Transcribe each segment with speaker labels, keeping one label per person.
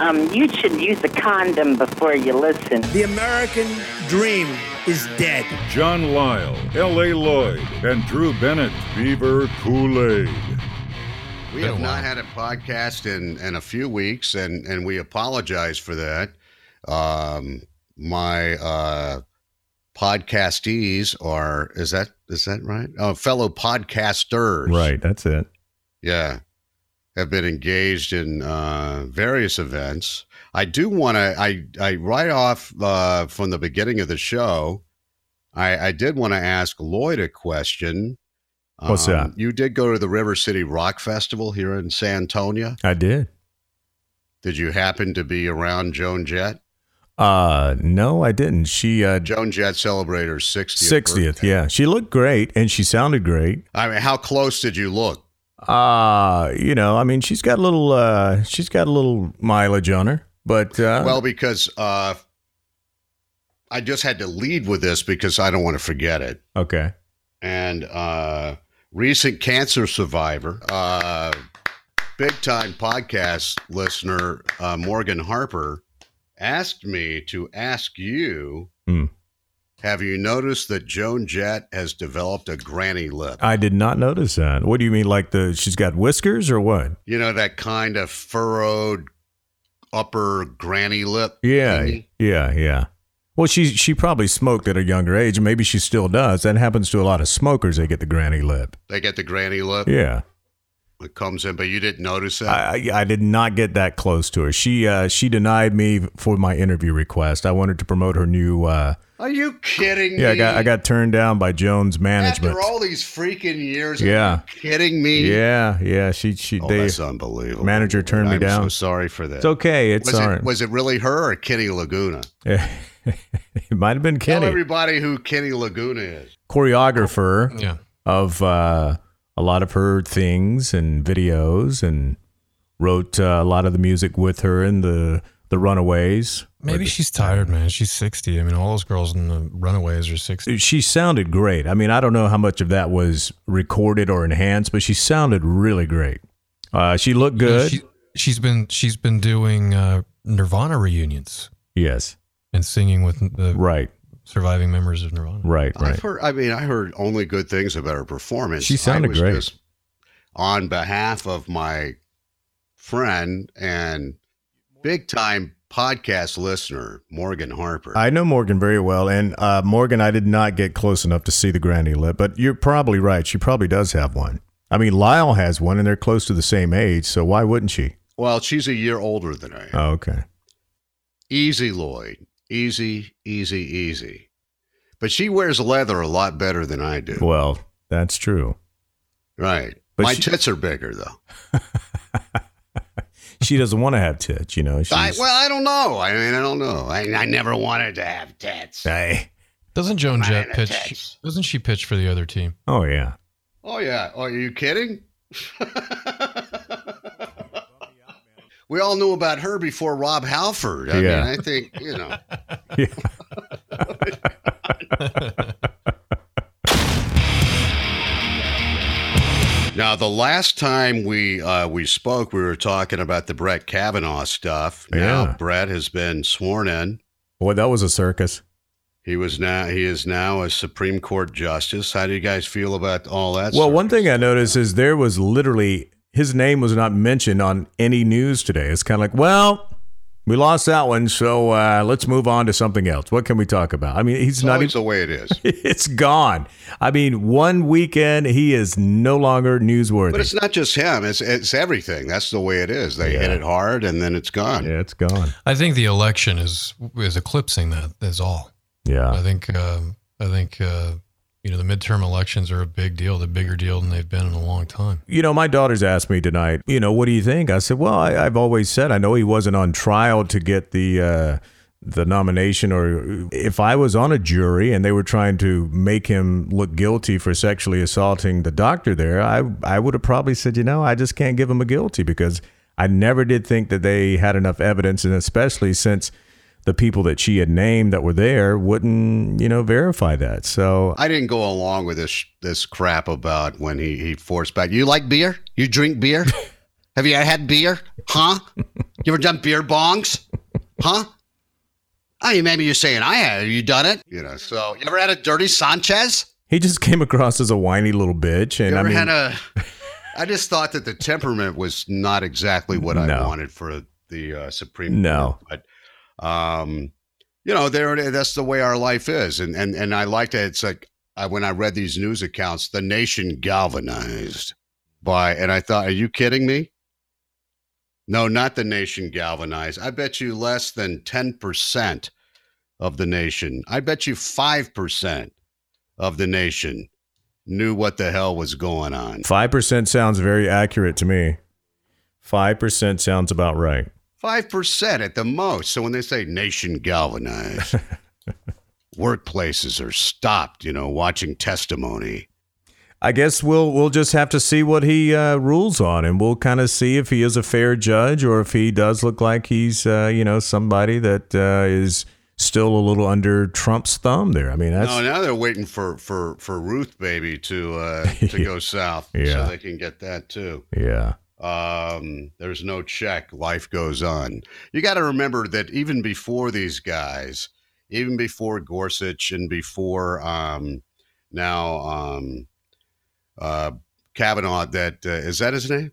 Speaker 1: um, you should use a condom before you listen.
Speaker 2: The American dream is dead.
Speaker 3: John Lyle, L.A. Lloyd, and Drew Bennett, Beaver Kool Aid.
Speaker 4: We have not had a podcast in, in a few weeks, and, and we apologize for that. Um, my uh, podcastees are is that is that right? Oh, fellow podcasters,
Speaker 5: Right, that's it.
Speaker 4: Yeah, have been engaged in uh, various events. I do want to. I I right off uh, from the beginning of the show, I, I did want to ask Lloyd a question. Um,
Speaker 5: What's that?
Speaker 4: You did go to the River City Rock Festival here in San Antonio.
Speaker 5: I did.
Speaker 4: Did you happen to be around Joan Jett?
Speaker 5: Uh, no, I didn't. She uh,
Speaker 4: Joan Jett celebrated her 60th.
Speaker 5: 60th.
Speaker 4: birthday.
Speaker 5: Yeah, she looked great and she sounded great.
Speaker 4: I mean, how close did you look?
Speaker 5: Uh, you know, I mean, she's got a little uh she's got a little mileage on her, but uh
Speaker 4: Well, because uh, I just had to lead with this because I don't want to forget it.
Speaker 5: okay.
Speaker 4: And uh, recent cancer survivor, uh, big time podcast listener uh, Morgan Harper asked me to ask you.
Speaker 5: Hmm.
Speaker 4: Have you noticed that Joan Jett has developed a granny lip?
Speaker 5: I did not notice that. What do you mean like the she's got whiskers or what?
Speaker 4: You know that kind of furrowed upper granny lip.
Speaker 5: Yeah.
Speaker 4: thingy?
Speaker 5: Yeah, yeah. Well, she she probably smoked at a younger age, and maybe she still does. That happens to a lot of smokers. They get the granny lip.
Speaker 4: they get the granny lip.
Speaker 5: Yeah.
Speaker 4: It comes in, but you didn't notice that.
Speaker 5: I, I I did not get that close to her. She uh, she denied me for my interview request. I wanted to promote her new. Uh,
Speaker 4: Are you kidding me?
Speaker 5: yeah, I got I got turned down by Jones Management.
Speaker 4: After all these freaking years,
Speaker 5: Yeah.
Speaker 4: are you kidding me?
Speaker 5: yeah, yeah. She she
Speaker 4: oh,
Speaker 5: they.
Speaker 4: that's unbelievable.
Speaker 5: manager turned me
Speaker 4: I'm So
Speaker 5: down.
Speaker 4: sorry for that.
Speaker 5: It's okay. It's
Speaker 4: was
Speaker 5: all
Speaker 4: it,
Speaker 5: right.
Speaker 4: was it really her or Kenny Laguna?
Speaker 5: it might have been
Speaker 4: Tell
Speaker 5: Kenny,
Speaker 4: everybody who Kenny Laguna is.
Speaker 5: choreographer
Speaker 6: Yeah.
Speaker 5: of uh, a lot of her things and videos, and wrote uh, a lot of the music with her in the the Runaways.
Speaker 6: Maybe she's tired, man. She's 60. I mean, all those girls in the Runaways are 60.
Speaker 5: she sounded great. I mean, I don't know how much of that was recorded or enhanced, but she sounded really great. Uh, she looked good.
Speaker 6: She, she's been she's been doing uh, Nirvana reunions
Speaker 5: yes,
Speaker 6: and singing with the
Speaker 5: right,
Speaker 6: surviving members of Nirvana.
Speaker 5: right, right.
Speaker 4: I've heard. I mean, I heard only good things about her performance.
Speaker 5: She sounded
Speaker 4: I was
Speaker 5: great.
Speaker 4: Just, on behalf of my friend and big time podcast listener Morgan Harper,
Speaker 5: I know Morgan very well, and uh, Morgan, I did not get close enough to see the granny lip, but you're probably right. She probably does have one. I mean, Lyle has one, and they're close to the same age, so why wouldn't she?
Speaker 4: Well, she's a year older than I am.
Speaker 5: Oh, okay.
Speaker 4: Easy, Lloyd. Easy, easy, easy. But she wears leather a lot better than I do.
Speaker 5: Well, that's true.
Speaker 4: right.
Speaker 5: But
Speaker 4: My
Speaker 5: she-
Speaker 4: tits are bigger, though.
Speaker 5: She doesn't want to have tits, you know. She's,
Speaker 4: I, well, I don't know. I mean, I don't know. I, I never wanted to have tits.
Speaker 5: Hey.
Speaker 6: Doesn't Joan
Speaker 4: Mine
Speaker 6: Jett
Speaker 4: are
Speaker 6: pitch?
Speaker 4: tits.
Speaker 6: Doesn't she pitch for the other team?
Speaker 5: Oh yeah.
Speaker 4: Oh, yeah. Oh, are you kidding? we all knew about her before Rob Halford. I
Speaker 5: Yeah.
Speaker 4: mean, I think, you know.
Speaker 5: yeah.
Speaker 4: Now, the last time we uh, we spoke, we were talking about the Brett Kavanaugh stuff.
Speaker 5: Yeah.
Speaker 4: Now, Brett has been sworn in.
Speaker 5: Boy, that was a circus.
Speaker 4: He was now he is now a Supreme Court justice. How do you guys feel about all that?
Speaker 5: Well,
Speaker 4: sir?
Speaker 5: one thing I noticed is there was literally his name was not mentioned on any news today. It's kind of like, well, we lost that one, so uh, let's move on to something else. What can we talk about? I mean, he's
Speaker 4: it's
Speaker 5: not
Speaker 4: always
Speaker 5: even.
Speaker 4: the way it is.
Speaker 5: It's gone. I mean, one weekend he is no longer newsworthy.
Speaker 4: But it's not just him. It's it's everything. That's the way it is. They hit
Speaker 5: Yeah.
Speaker 4: it hard and then it's gone.
Speaker 5: yeah, it's gone.
Speaker 6: I think the election is is eclipsing that. Is all. I
Speaker 5: Yeah,
Speaker 6: think um, I think uh, you know the midterm elections are a big deal, the bigger deal than they've been in a long time.
Speaker 5: you know, my daughters asked me tonight. You know, what do you think? I said, well, I, I've always said I know he wasn't on trial to get the. Uh, the nomination, or if I was on a jury and they were trying to make him look guilty for sexually assaulting the doctor there, I I would have probably said, you know, I just can't give him a guilty because I never did think that they had enough evidence, and especially since the people that she had named that were there wouldn't, you know, verify that. So
Speaker 4: I didn't go along with this this crap about when he, he forced back. You like beer? You drink beer? Have you had beer? Huh? you ever done beer bongs? Huh? Oh, you maybe you're saying I have. You done it? You know. So you ever had a dirty Sanchez?
Speaker 5: He just came across as a whiny little bitch, and
Speaker 4: You
Speaker 5: I
Speaker 4: ever
Speaker 5: mean,
Speaker 4: had a? I just thought that the temperament was not exactly what I
Speaker 5: No.
Speaker 4: wanted for the uh, Supreme.
Speaker 5: no,
Speaker 4: Court, but um, you know, there it is. that's the way our life is, and and and I liked it. It's like I, when I read these news accounts, the nation galvanized by, and I thought, are you kidding me? No, not the nation galvanized. I bet you less than 10% of the nation, I bet you 5% of the nation knew what the hell was going on.
Speaker 5: five percent sounds very accurate to me. Five percent sounds about right.
Speaker 4: 5% at the most. So when they say nation galvanized, workplaces are stopped, you know, watching testimony.
Speaker 5: I guess we'll we'll just have to see what he uh, rules on, and we'll kind of see if he is a fair judge or if he does look like he's uh, you know somebody that uh, is still a little under Trump's thumb. There, I mean that's
Speaker 4: no, now they're waiting for for for Ruth baby to uh to go south
Speaker 5: Yeah.
Speaker 4: so they can get that too.
Speaker 5: yeah.
Speaker 4: Um, there's no check. Life goes on. You got to remember that even before these guys, even before Gorsuch and before um, now um, uh, Kavanaugh, that uh, is that his name?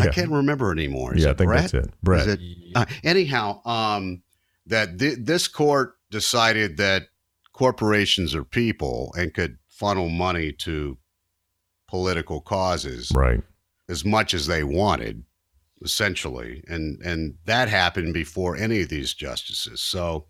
Speaker 4: I
Speaker 5: Yeah.
Speaker 4: can't remember anymore. Is
Speaker 5: yeah, I
Speaker 4: it
Speaker 5: think
Speaker 4: Brett?
Speaker 5: that's it. Brett.
Speaker 4: Is it- uh, anyhow, um, that thi- this court decided that corporations are people and could funnel money to political causes
Speaker 5: Right.
Speaker 4: as much as they wanted, essentially, and and that happened before any of these justices. So,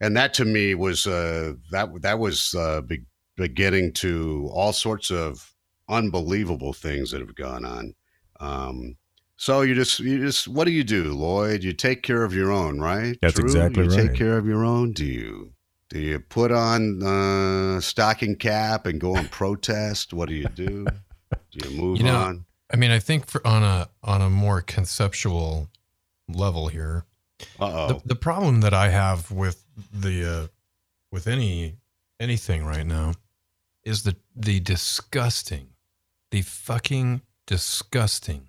Speaker 4: and that to me was uh, that that was uh, be- beginning to all sorts of unbelievable things that have gone on. Um, so you just you just what do you do, Lloyd? You take care of your own, right?
Speaker 5: That's exactly
Speaker 4: you Take
Speaker 5: right.
Speaker 4: care of your own. Do you? Do you put on uh, stocking cap and go and protest? What do you do? Do you move
Speaker 6: You know,
Speaker 4: on?
Speaker 6: I mean, I think for, on a on a more conceptual level here,
Speaker 4: Uh
Speaker 6: the, the problem that I have with the uh, with any anything right now is the the disgusting, the fucking disgusting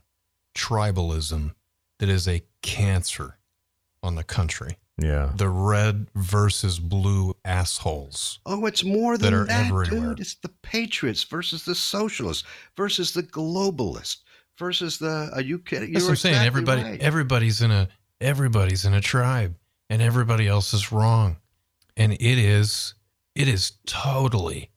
Speaker 6: tribalism that is a cancer on the country.
Speaker 5: Yeah.
Speaker 6: The red versus blue assholes.
Speaker 4: Oh, it's more
Speaker 6: that
Speaker 4: than
Speaker 6: are
Speaker 4: that,
Speaker 6: everywhere.
Speaker 4: dude. It's the patriots versus the socialists versus the globalists versus the. Are you kidding?
Speaker 6: That's
Speaker 4: You're
Speaker 6: what I'm saying.
Speaker 4: exactly
Speaker 6: Everybody,
Speaker 4: right.
Speaker 6: everybody's in a everybody's in a tribe, and everybody else is wrong, and it is it is totally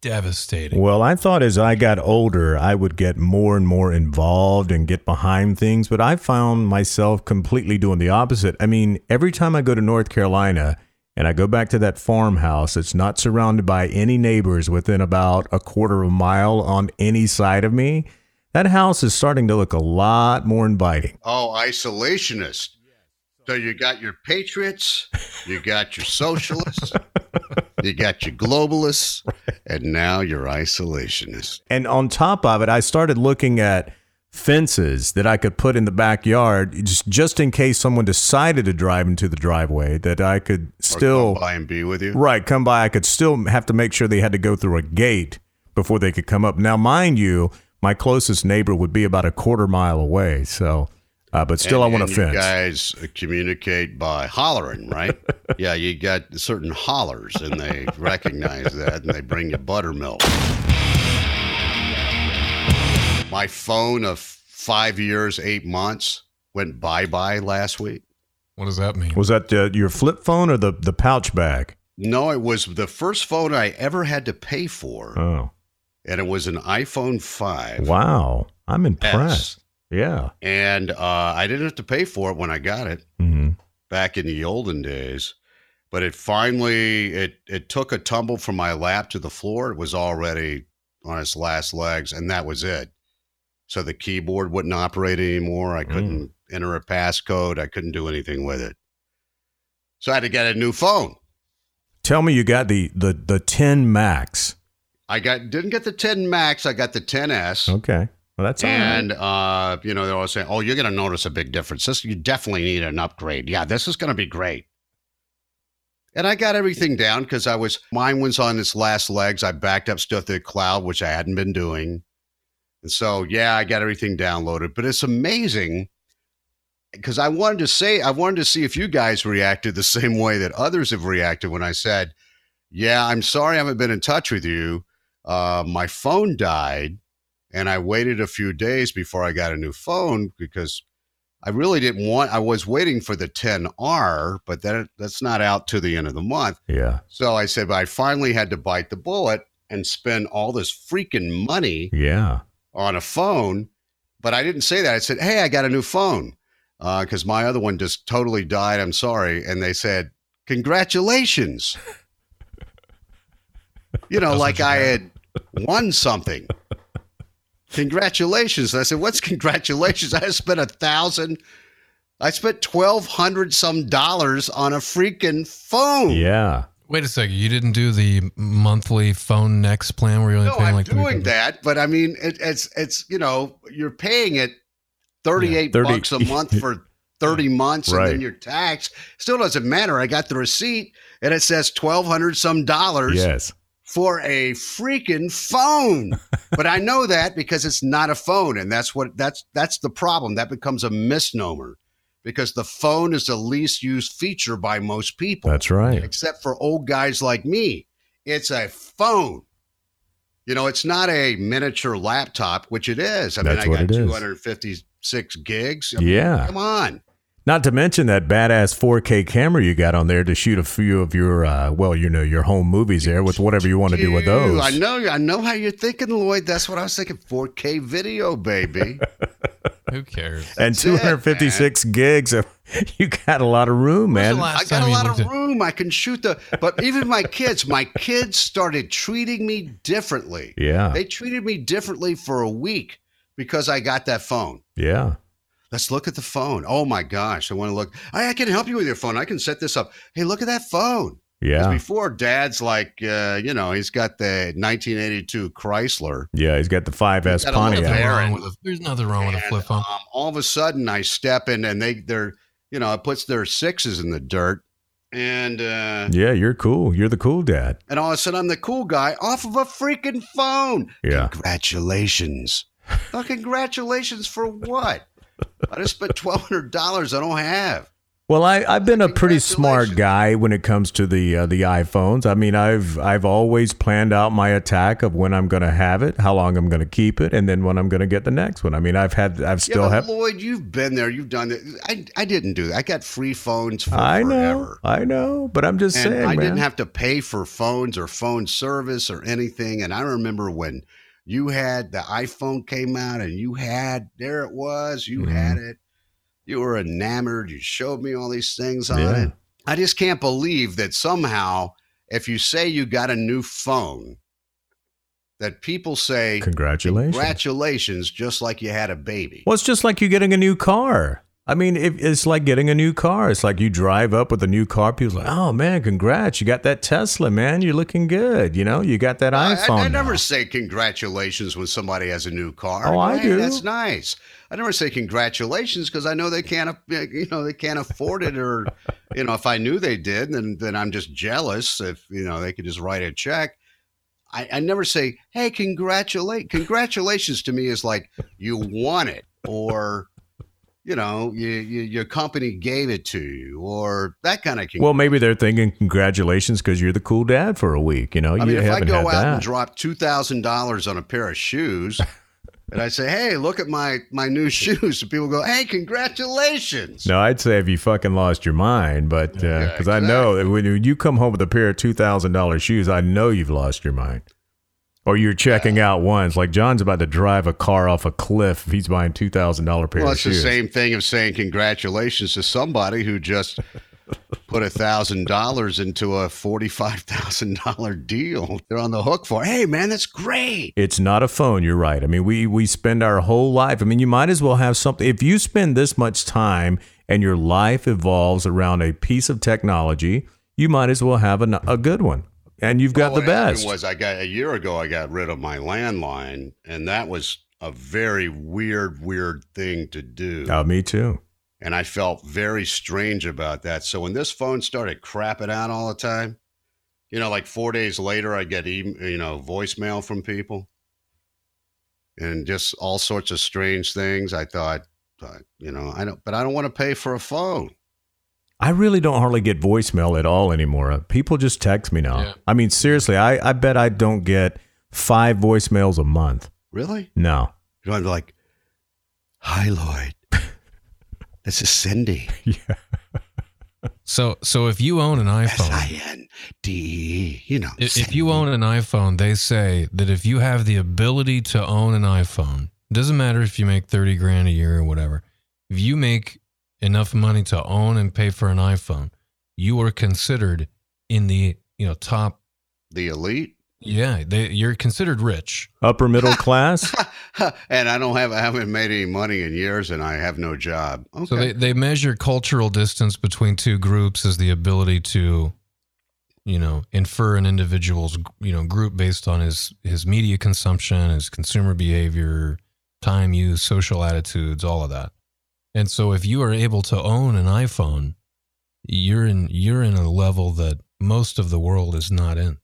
Speaker 6: devastating.
Speaker 5: Well, I thought as I got older, I would get more and more involved and get behind things, but I found myself completely doing the opposite. I mean, every time I go to North Carolina and I go back to that farmhouse, it's not surrounded by any neighbors within about a quarter of a mile on any side of me. That house is starting to look a lot more inviting.
Speaker 4: oh, isolationist. So you got your patriots, you got your socialists, you got your globalists, and now you're isolationist.
Speaker 5: And on top of it, I started looking at fences that I could put in the backyard just, just in case someone decided to drive into the driveway that I could
Speaker 4: Or
Speaker 5: still
Speaker 4: come by and be with you.
Speaker 5: right come by. I could still have to make sure they had to go through a gate before they could come up. Now, mind you, my closest neighbor would be about a quarter mile away, so uh, but still,
Speaker 4: And-
Speaker 5: I want
Speaker 4: and
Speaker 5: a fence.
Speaker 4: You guys communicate by hollering, right? yeah, you got certain hollers, and they recognize that, and they bring you buttermilk. My phone of five years, eight months went bye bye last week.
Speaker 6: What does that mean?
Speaker 5: Was that uh, your flip phone or the the pouch bag?
Speaker 4: No, it was the first phone I ever had to pay for,
Speaker 5: Oh,
Speaker 4: and it was an iPhone 5.
Speaker 5: wow! I'm
Speaker 4: S.
Speaker 5: impressed. Yeah.
Speaker 4: And uh, I didn't have to pay for it when I got it.
Speaker 5: hmm
Speaker 4: back in the olden days. But it finally it it took a tumble from my lap to the floor. It was already on its last legs, and that was it. So the keyboard wouldn't operate anymore. I couldn't enter a passcode. I couldn't do anything with it. So I had to get a new phone.
Speaker 5: Tell me, you got the the the ten max?
Speaker 4: I got didn't get the 10 Max. I got the 10s.
Speaker 5: Okay. Well, that's all right.
Speaker 4: And uh, you know, they're always saying, "Oh, you're going to notice a big difference. This you definitely need an upgrade. Yeah, this is going to be great." And I got everything down because I was mine was on its last legs. I backed up stuff to the cloud, which I hadn't been doing. And so, yeah, I got everything downloaded, but it's amazing because I wanted to say, I wanted to see if you guys reacted the same way that others have reacted when I said, yeah, I'm sorry I haven't been in touch with you. Uh, my phone died, and I waited a few days before I got a new phone because I really didn't want. I was waiting for the 10R, but that that's not out to the end of the month.
Speaker 5: Yeah.
Speaker 4: So I said, but I finally had to bite the bullet and spend all this freaking money
Speaker 5: Yeah.
Speaker 4: on a phone. But I didn't say that. I said, hey, I got a new phone because my other one just totally died. I'm sorry. And they said, congratulations. you know,
Speaker 6: That's
Speaker 4: like
Speaker 6: what
Speaker 4: I
Speaker 6: you
Speaker 4: had won something. Congratulations. And I said, what's congratulations? I spent a thousand. I spent twelve hundred some dollars on a freaking phone.
Speaker 5: Yeah.
Speaker 6: Wait a second. You didn't do the monthly phone next plan where you're only
Speaker 4: No,
Speaker 6: paying
Speaker 4: I'm
Speaker 6: like three
Speaker 4: doing
Speaker 6: bucks?
Speaker 4: that, but I mean, it, it's it's you know, you're paying it thirty eight
Speaker 5: 30
Speaker 4: bucks a month for thirty months, and
Speaker 5: Right.
Speaker 4: then your tax still doesn't matter. I got the receipt, and it says twelve hundred some dollars
Speaker 5: Yes.
Speaker 4: for a freaking phone. but I know that because it's not a phone, and that's what that's that's the problem. That becomes a misnomer because the phone is the least used feature by most people
Speaker 5: That's right.
Speaker 4: except for old guys like me. It's a phone. You know, it's not a miniature laptop, which it is. I
Speaker 5: That's
Speaker 4: mean,
Speaker 5: what
Speaker 4: I
Speaker 5: it
Speaker 4: got
Speaker 5: is.
Speaker 4: 256 gigs. I mean,
Speaker 5: Yeah.
Speaker 4: Come on.
Speaker 5: Not to mention that badass 4K camera you got on there to shoot a few of your, uh, well, you know, your home movies there with whatever you want to do with
Speaker 4: Ew,
Speaker 5: those.
Speaker 4: I know I know how you're thinking, Lloyd. That's what I was thinking. 4K video, baby.
Speaker 6: Who cares?
Speaker 5: And
Speaker 4: That's it, man.
Speaker 5: 256 gigs. Of, you got a lot of room,
Speaker 6: When's the
Speaker 5: man.
Speaker 6: last
Speaker 4: I got
Speaker 6: time
Speaker 4: a
Speaker 6: you
Speaker 4: lot
Speaker 6: looked
Speaker 4: of
Speaker 6: at-
Speaker 4: room. I can shoot the but even my kids, my kids started treating me differently.
Speaker 5: Yeah.
Speaker 4: They treated me differently for a week because I got that phone.
Speaker 5: Yeah.
Speaker 4: Let's look at the phone. Oh my gosh, I want to look. I, I can help you with your phone. I can set this up. Hey, look at that phone. 'Cause
Speaker 5: Yeah.
Speaker 4: Before, Dad's like, uh, you know, he's got the 1982 Chrysler.
Speaker 5: Yeah. He's got the 5S
Speaker 4: Got a lot
Speaker 5: Pontiac.
Speaker 4: of there.
Speaker 6: Nothing wrong
Speaker 4: Aaron.
Speaker 6: with a, there's nothing wrong Oh, with a
Speaker 4: And,
Speaker 6: flip phone.
Speaker 4: Um, all of a sudden, I step in, and they they're you know, it puts their sixes in the dirt, and uh,
Speaker 5: Yeah. You're cool. You're the cool dad.
Speaker 4: and all of a sudden, I'm the cool guy off of a freaking phone.
Speaker 5: Yeah.
Speaker 4: Congratulations. oh, congratulations for what? I just spent twelve hundred dollars I don't have.
Speaker 5: Well, I, I've been a pretty smart
Speaker 4: Congratulations.
Speaker 5: guy when it comes to the uh, the iPhones. I mean, I've I've always planned out my attack of when I'm going to have it, how long I'm going to keep it, and then when I'm going to get the next one. I mean, I've had I've
Speaker 4: Yeah,
Speaker 5: still
Speaker 4: but
Speaker 5: have.
Speaker 4: Lloyd, you've been there. You've done it. I, I didn't do that. I got free phones for
Speaker 5: I know,
Speaker 4: forever.
Speaker 5: I know, but I'm just
Speaker 4: And
Speaker 5: saying,
Speaker 4: I
Speaker 5: man.
Speaker 4: didn't have to pay for phones or phone service or anything. And I remember when you had the iPhone came out and you had, there it was, you
Speaker 5: Mhm.
Speaker 4: had it. You were enamored. You showed me all these things on
Speaker 5: Yeah.
Speaker 4: it. I just can't believe that somehow, if you say you got a new phone, that people say,
Speaker 5: Congratulations.
Speaker 4: congratulations, just like you had a baby.
Speaker 5: Well, it's just like you getting a new car. I mean, it, it's like getting a new car. It's like you drive up with a new car. People like, oh man, congrats! You got that Tesla, man. You're looking good. You know, you got that
Speaker 4: I-
Speaker 5: iPhone.
Speaker 4: I, I never
Speaker 5: now.
Speaker 4: say congratulations when somebody has a new car.
Speaker 5: Oh, I
Speaker 4: Hey,
Speaker 5: do.
Speaker 4: That's nice. I never say congratulations because I know they can't, aff- you know, they can't afford it. Or, you know, if I knew they did, then then I'm just jealous. If you know, they could just write a check. I, I never say, hey, congratulate. Congratulations to me is like you won it, or you know, you, you, your company gave it to you, or that kind of.
Speaker 5: Well, maybe they're thinking congratulations because you're the cool dad for a week. You know,
Speaker 4: I
Speaker 5: you
Speaker 4: mean, if I
Speaker 5: haven't
Speaker 4: go out
Speaker 5: had that.
Speaker 4: and drop two thousand dollars on a pair of shoes, and I say, "Hey, look at my my new shoes," and people go, "Hey, congratulations!"
Speaker 5: no, I'd say if you fucking lost your mind, but because
Speaker 4: Yeah,
Speaker 5: I
Speaker 4: exactly.
Speaker 5: know that when you- you come home with a pair of two thousand dollars shoes, I know you've lost your mind, or you're checking out ones. Like John's about to drive a car off a cliff if he's buying two thousand dollar pair
Speaker 4: Well,
Speaker 5: of
Speaker 4: it's the
Speaker 5: shoes.
Speaker 4: same thing of saying congratulations to somebody who just put a thousand dollars into a forty-five thousand dollar deal. They're on the hook for, "Hey, man, that's great."
Speaker 5: It's not a phone. You're right. I mean, we we spend our whole life. I mean, you might as well have something. If you spend this much time and your life evolves around a piece of technology, you might as well have an, a good one. And you've got
Speaker 4: Well,
Speaker 5: the
Speaker 4: what happened
Speaker 5: best.
Speaker 4: Oh, Was I got a year ago? I got rid of my landline, and that was a very weird, weird thing to do.
Speaker 5: Oh, me too.
Speaker 4: and I felt very strange about that. So when this phone started crapping out all the time, e-, you know, like four days later, I get em you know voicemail from people. and just all sorts of strange things. I thought, uh, you know, I don't, but I don't want to pay for a phone.
Speaker 5: I really don't hardly get voicemail at all anymore. People just text me now.
Speaker 6: Yeah.
Speaker 5: I mean, seriously, I, I bet I don't get five voicemails a month.
Speaker 4: Really?
Speaker 5: No.
Speaker 4: You know, I'm like, hi, Lloyd. this is Cindy.
Speaker 6: So so if you own an
Speaker 4: S
Speaker 6: iPhone,
Speaker 4: I N D E. You know,
Speaker 6: i- Oh. if you own an iPhone, they say that if you have the ability to own an iPhone, doesn't matter if you make 30 grand a year or whatever. If you make enough money to own and pay for an iPhone, you are considered in the, you know, top
Speaker 4: the elite.
Speaker 6: yeah, they, you're considered rich.
Speaker 5: Upper middle class?
Speaker 4: and I don't have, I haven't made any money in years and I have no job. Okay.
Speaker 6: So they, they measure cultural distance between two groups as the ability to, you know, infer an individual's you know group based on his his media consumption, his consumer behavior, time use, social attitudes, all of that. And so if you are able to own an iPhone, you're in you're in a level that most of the world is not in.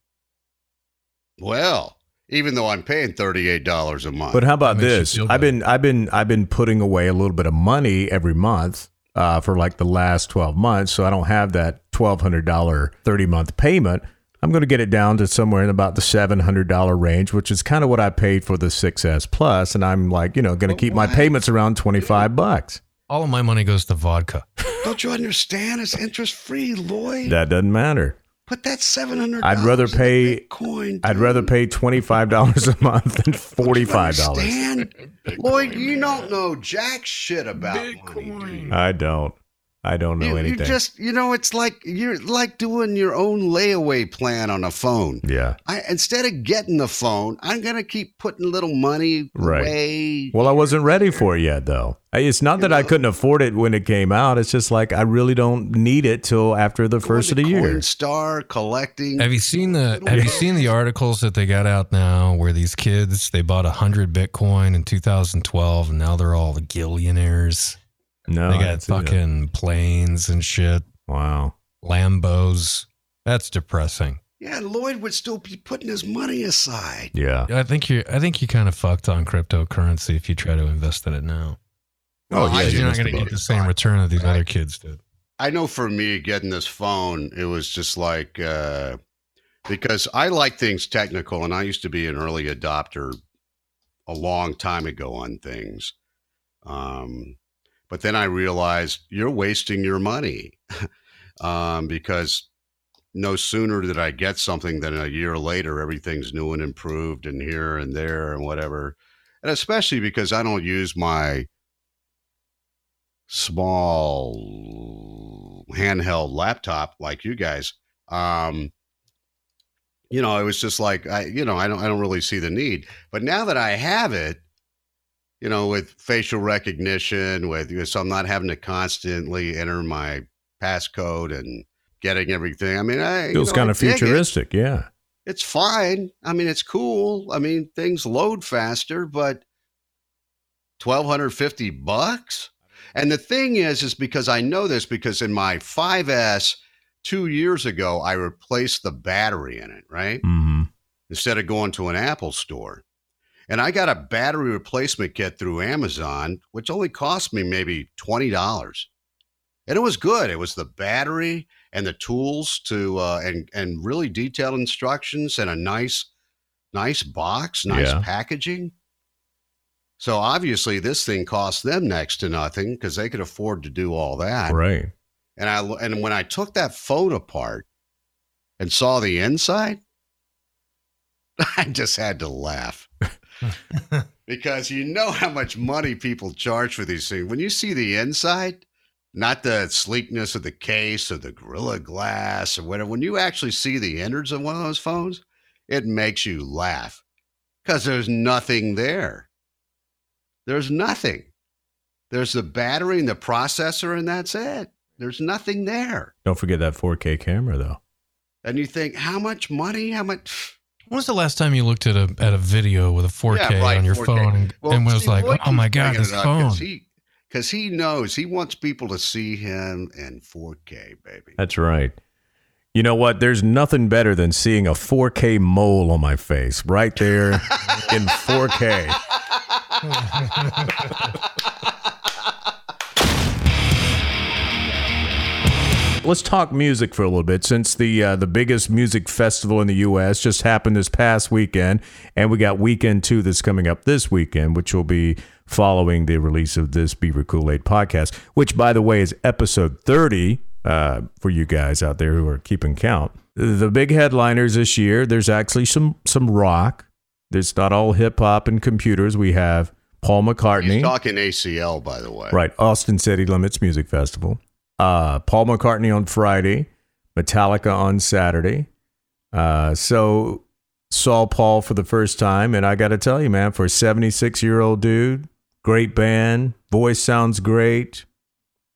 Speaker 4: well, even though I'm paying $38 a month.
Speaker 5: But how about
Speaker 6: That makes you
Speaker 5: this?
Speaker 6: feel
Speaker 5: I've
Speaker 6: better.
Speaker 5: been I've been I've been putting away a little bit of money every month uh, for like the last twelve months, so I don't have that twelve hundred dollar thirty month payment. I'm going to get it down to somewhere in about the seven hundred dollar range, which is kind of what I paid for the 6S Plus, and I'm like, you know, going to keep my payments around twenty five bucks.
Speaker 6: All of my money goes to vodka.
Speaker 4: don't you understand? It's interest free, Lloyd.
Speaker 5: That doesn't matter.
Speaker 4: Put that $700.
Speaker 5: I'd rather
Speaker 4: into
Speaker 5: pay-
Speaker 4: Bitcoin.
Speaker 5: I'd
Speaker 4: dude.
Speaker 5: rather pay twenty five dollars a month than forty five dollars.
Speaker 4: Understand? Lloyd, you don't know jack shit about Bitcoin.
Speaker 5: I don't. I don't know
Speaker 4: you, you
Speaker 5: anything.
Speaker 4: just, you know, it's like you're like doing your own layaway plan on a phone.
Speaker 5: yeah.
Speaker 4: I instead of getting the phone, I'm gonna keep putting little money
Speaker 5: Right.
Speaker 4: away.
Speaker 5: Well, I wasn't ready for it yet, though. I- It's not that I couldn't afford it when it came out. It's just like I really don't need it till after the first of the year.
Speaker 4: Star collecting.
Speaker 6: Have you seen the Have you seen the articles that they got out now where these kids they bought hundred Bitcoin in 2012 and now they're all the gillionaires.
Speaker 5: No,
Speaker 6: they
Speaker 5: Oh, I
Speaker 6: got
Speaker 5: didn't see that.
Speaker 6: fucking planes and shit,
Speaker 5: wow.
Speaker 6: Lambos. That's depressing.
Speaker 4: yeah, Lloyd would still be putting his money aside.
Speaker 5: Yeah.
Speaker 6: I think you I think you kind of fucked on cryptocurrency if you try to invest in it now.
Speaker 5: Oh,
Speaker 4: Well,
Speaker 5: yeah,
Speaker 4: I
Speaker 5: you
Speaker 6: you're not
Speaker 5: missed
Speaker 6: going
Speaker 5: the
Speaker 6: to
Speaker 5: boat.
Speaker 6: get the same return that these other kids did.
Speaker 4: I know for me, getting this phone, it was just like uh, because I like things technical, and I used to be an early adopter a long time ago on things. Um, but then I realized you're wasting your money um, because no sooner did I get something than a year later, everything's new and improved, and here and there and whatever. And especially because I don't use my small handheld laptop like you guys um you know it was just like i you know i don't i don't really see the need but now that i have it you know with facial recognition with so i'm not having to constantly enter my passcode and getting everything i mean i you
Speaker 5: Feels
Speaker 4: know,
Speaker 5: kind
Speaker 4: I
Speaker 5: of
Speaker 4: dig it.
Speaker 5: futuristic. Yeah.
Speaker 4: it's fine i mean it's cool i mean things load faster but 1250 bucks and the thing is is because i know this because in my 5s two years ago i replaced the battery in it right
Speaker 5: Mm-hmm.
Speaker 4: instead of going to an apple store and i got a battery replacement kit through amazon which only cost me maybe $20 and it was good it was the battery and the tools to uh, and and really detailed instructions and a nice nice box nice
Speaker 5: Yeah.
Speaker 4: packaging so obviously this thing cost them next to nothing because they could afford to do all that
Speaker 5: Right.
Speaker 4: and I and when I took that phone apart and saw the inside, I just had to laugh because you know how much money people charge for these things. When you see the inside, not the sleekness of the case or the Gorilla Glass or whatever, when you actually see the innards of one of those phones, it makes you laugh because there's nothing there. There's nothing. There's the battery and the processor, and that's it. There's nothing there.
Speaker 5: Don't forget that 4K camera, though.
Speaker 4: And you think, how much money? How much?
Speaker 6: When was the last time you looked at a at a video with a 4K
Speaker 4: Yeah, right,
Speaker 6: on your
Speaker 4: 4K.
Speaker 6: phone and,
Speaker 4: Well,
Speaker 6: and was
Speaker 4: see,
Speaker 6: like,
Speaker 4: Lloyd
Speaker 6: "Oh my
Speaker 4: keeps
Speaker 6: god,
Speaker 4: bringing
Speaker 6: this
Speaker 4: it up 'cause
Speaker 6: phone."
Speaker 4: He, because he knows he wants people to see him in 4K, baby.
Speaker 5: That's right. You know what? There's nothing better than seeing a 4K mole on my face right there in 4K. Let's talk music for a little bit, since the uh, the biggest music festival in the U.S. just happened this past weekend, and we got weekend two that's coming up this weekend, which will be following the release of this Beaver Kool Aid podcast, which by the way is episode thirty uh, for you guys out there who are keeping count. The big headliners this year, there's actually some some rock. There's not all hip hop and computers. We have Paul McCartney.
Speaker 4: He's talking ACL, by the way.
Speaker 5: Right, Austin City Limits Music Festival. Uh, Paul McCartney on Friday, Metallica on Saturday. Uh, so saw Paul for the first time, and I got to tell you, man, for a 76 year old dude, great band, voice sounds great.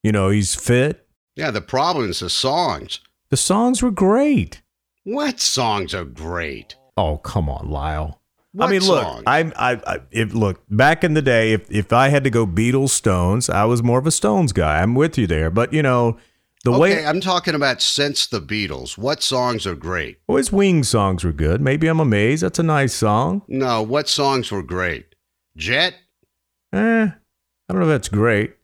Speaker 5: You know, he's fit.
Speaker 4: Yeah, the problem is the songs.
Speaker 5: The songs were great.
Speaker 4: What songs are great?
Speaker 5: Oh, come on, Lyle.
Speaker 4: What
Speaker 5: I mean,
Speaker 4: songs?
Speaker 5: look, I'm, I, I, if look back in the day, if if I had to go Beatles, Stones, I was more of a Stones guy. I'm with you there, but you know, the
Speaker 4: okay,
Speaker 5: way
Speaker 4: I'm talking about since the Beatles. What songs are great?
Speaker 5: well, his Wings songs were good. Maybe I'm amazed. That's a nice song.
Speaker 4: No, what songs were great? Jet?
Speaker 5: Eh, I don't know if that's great.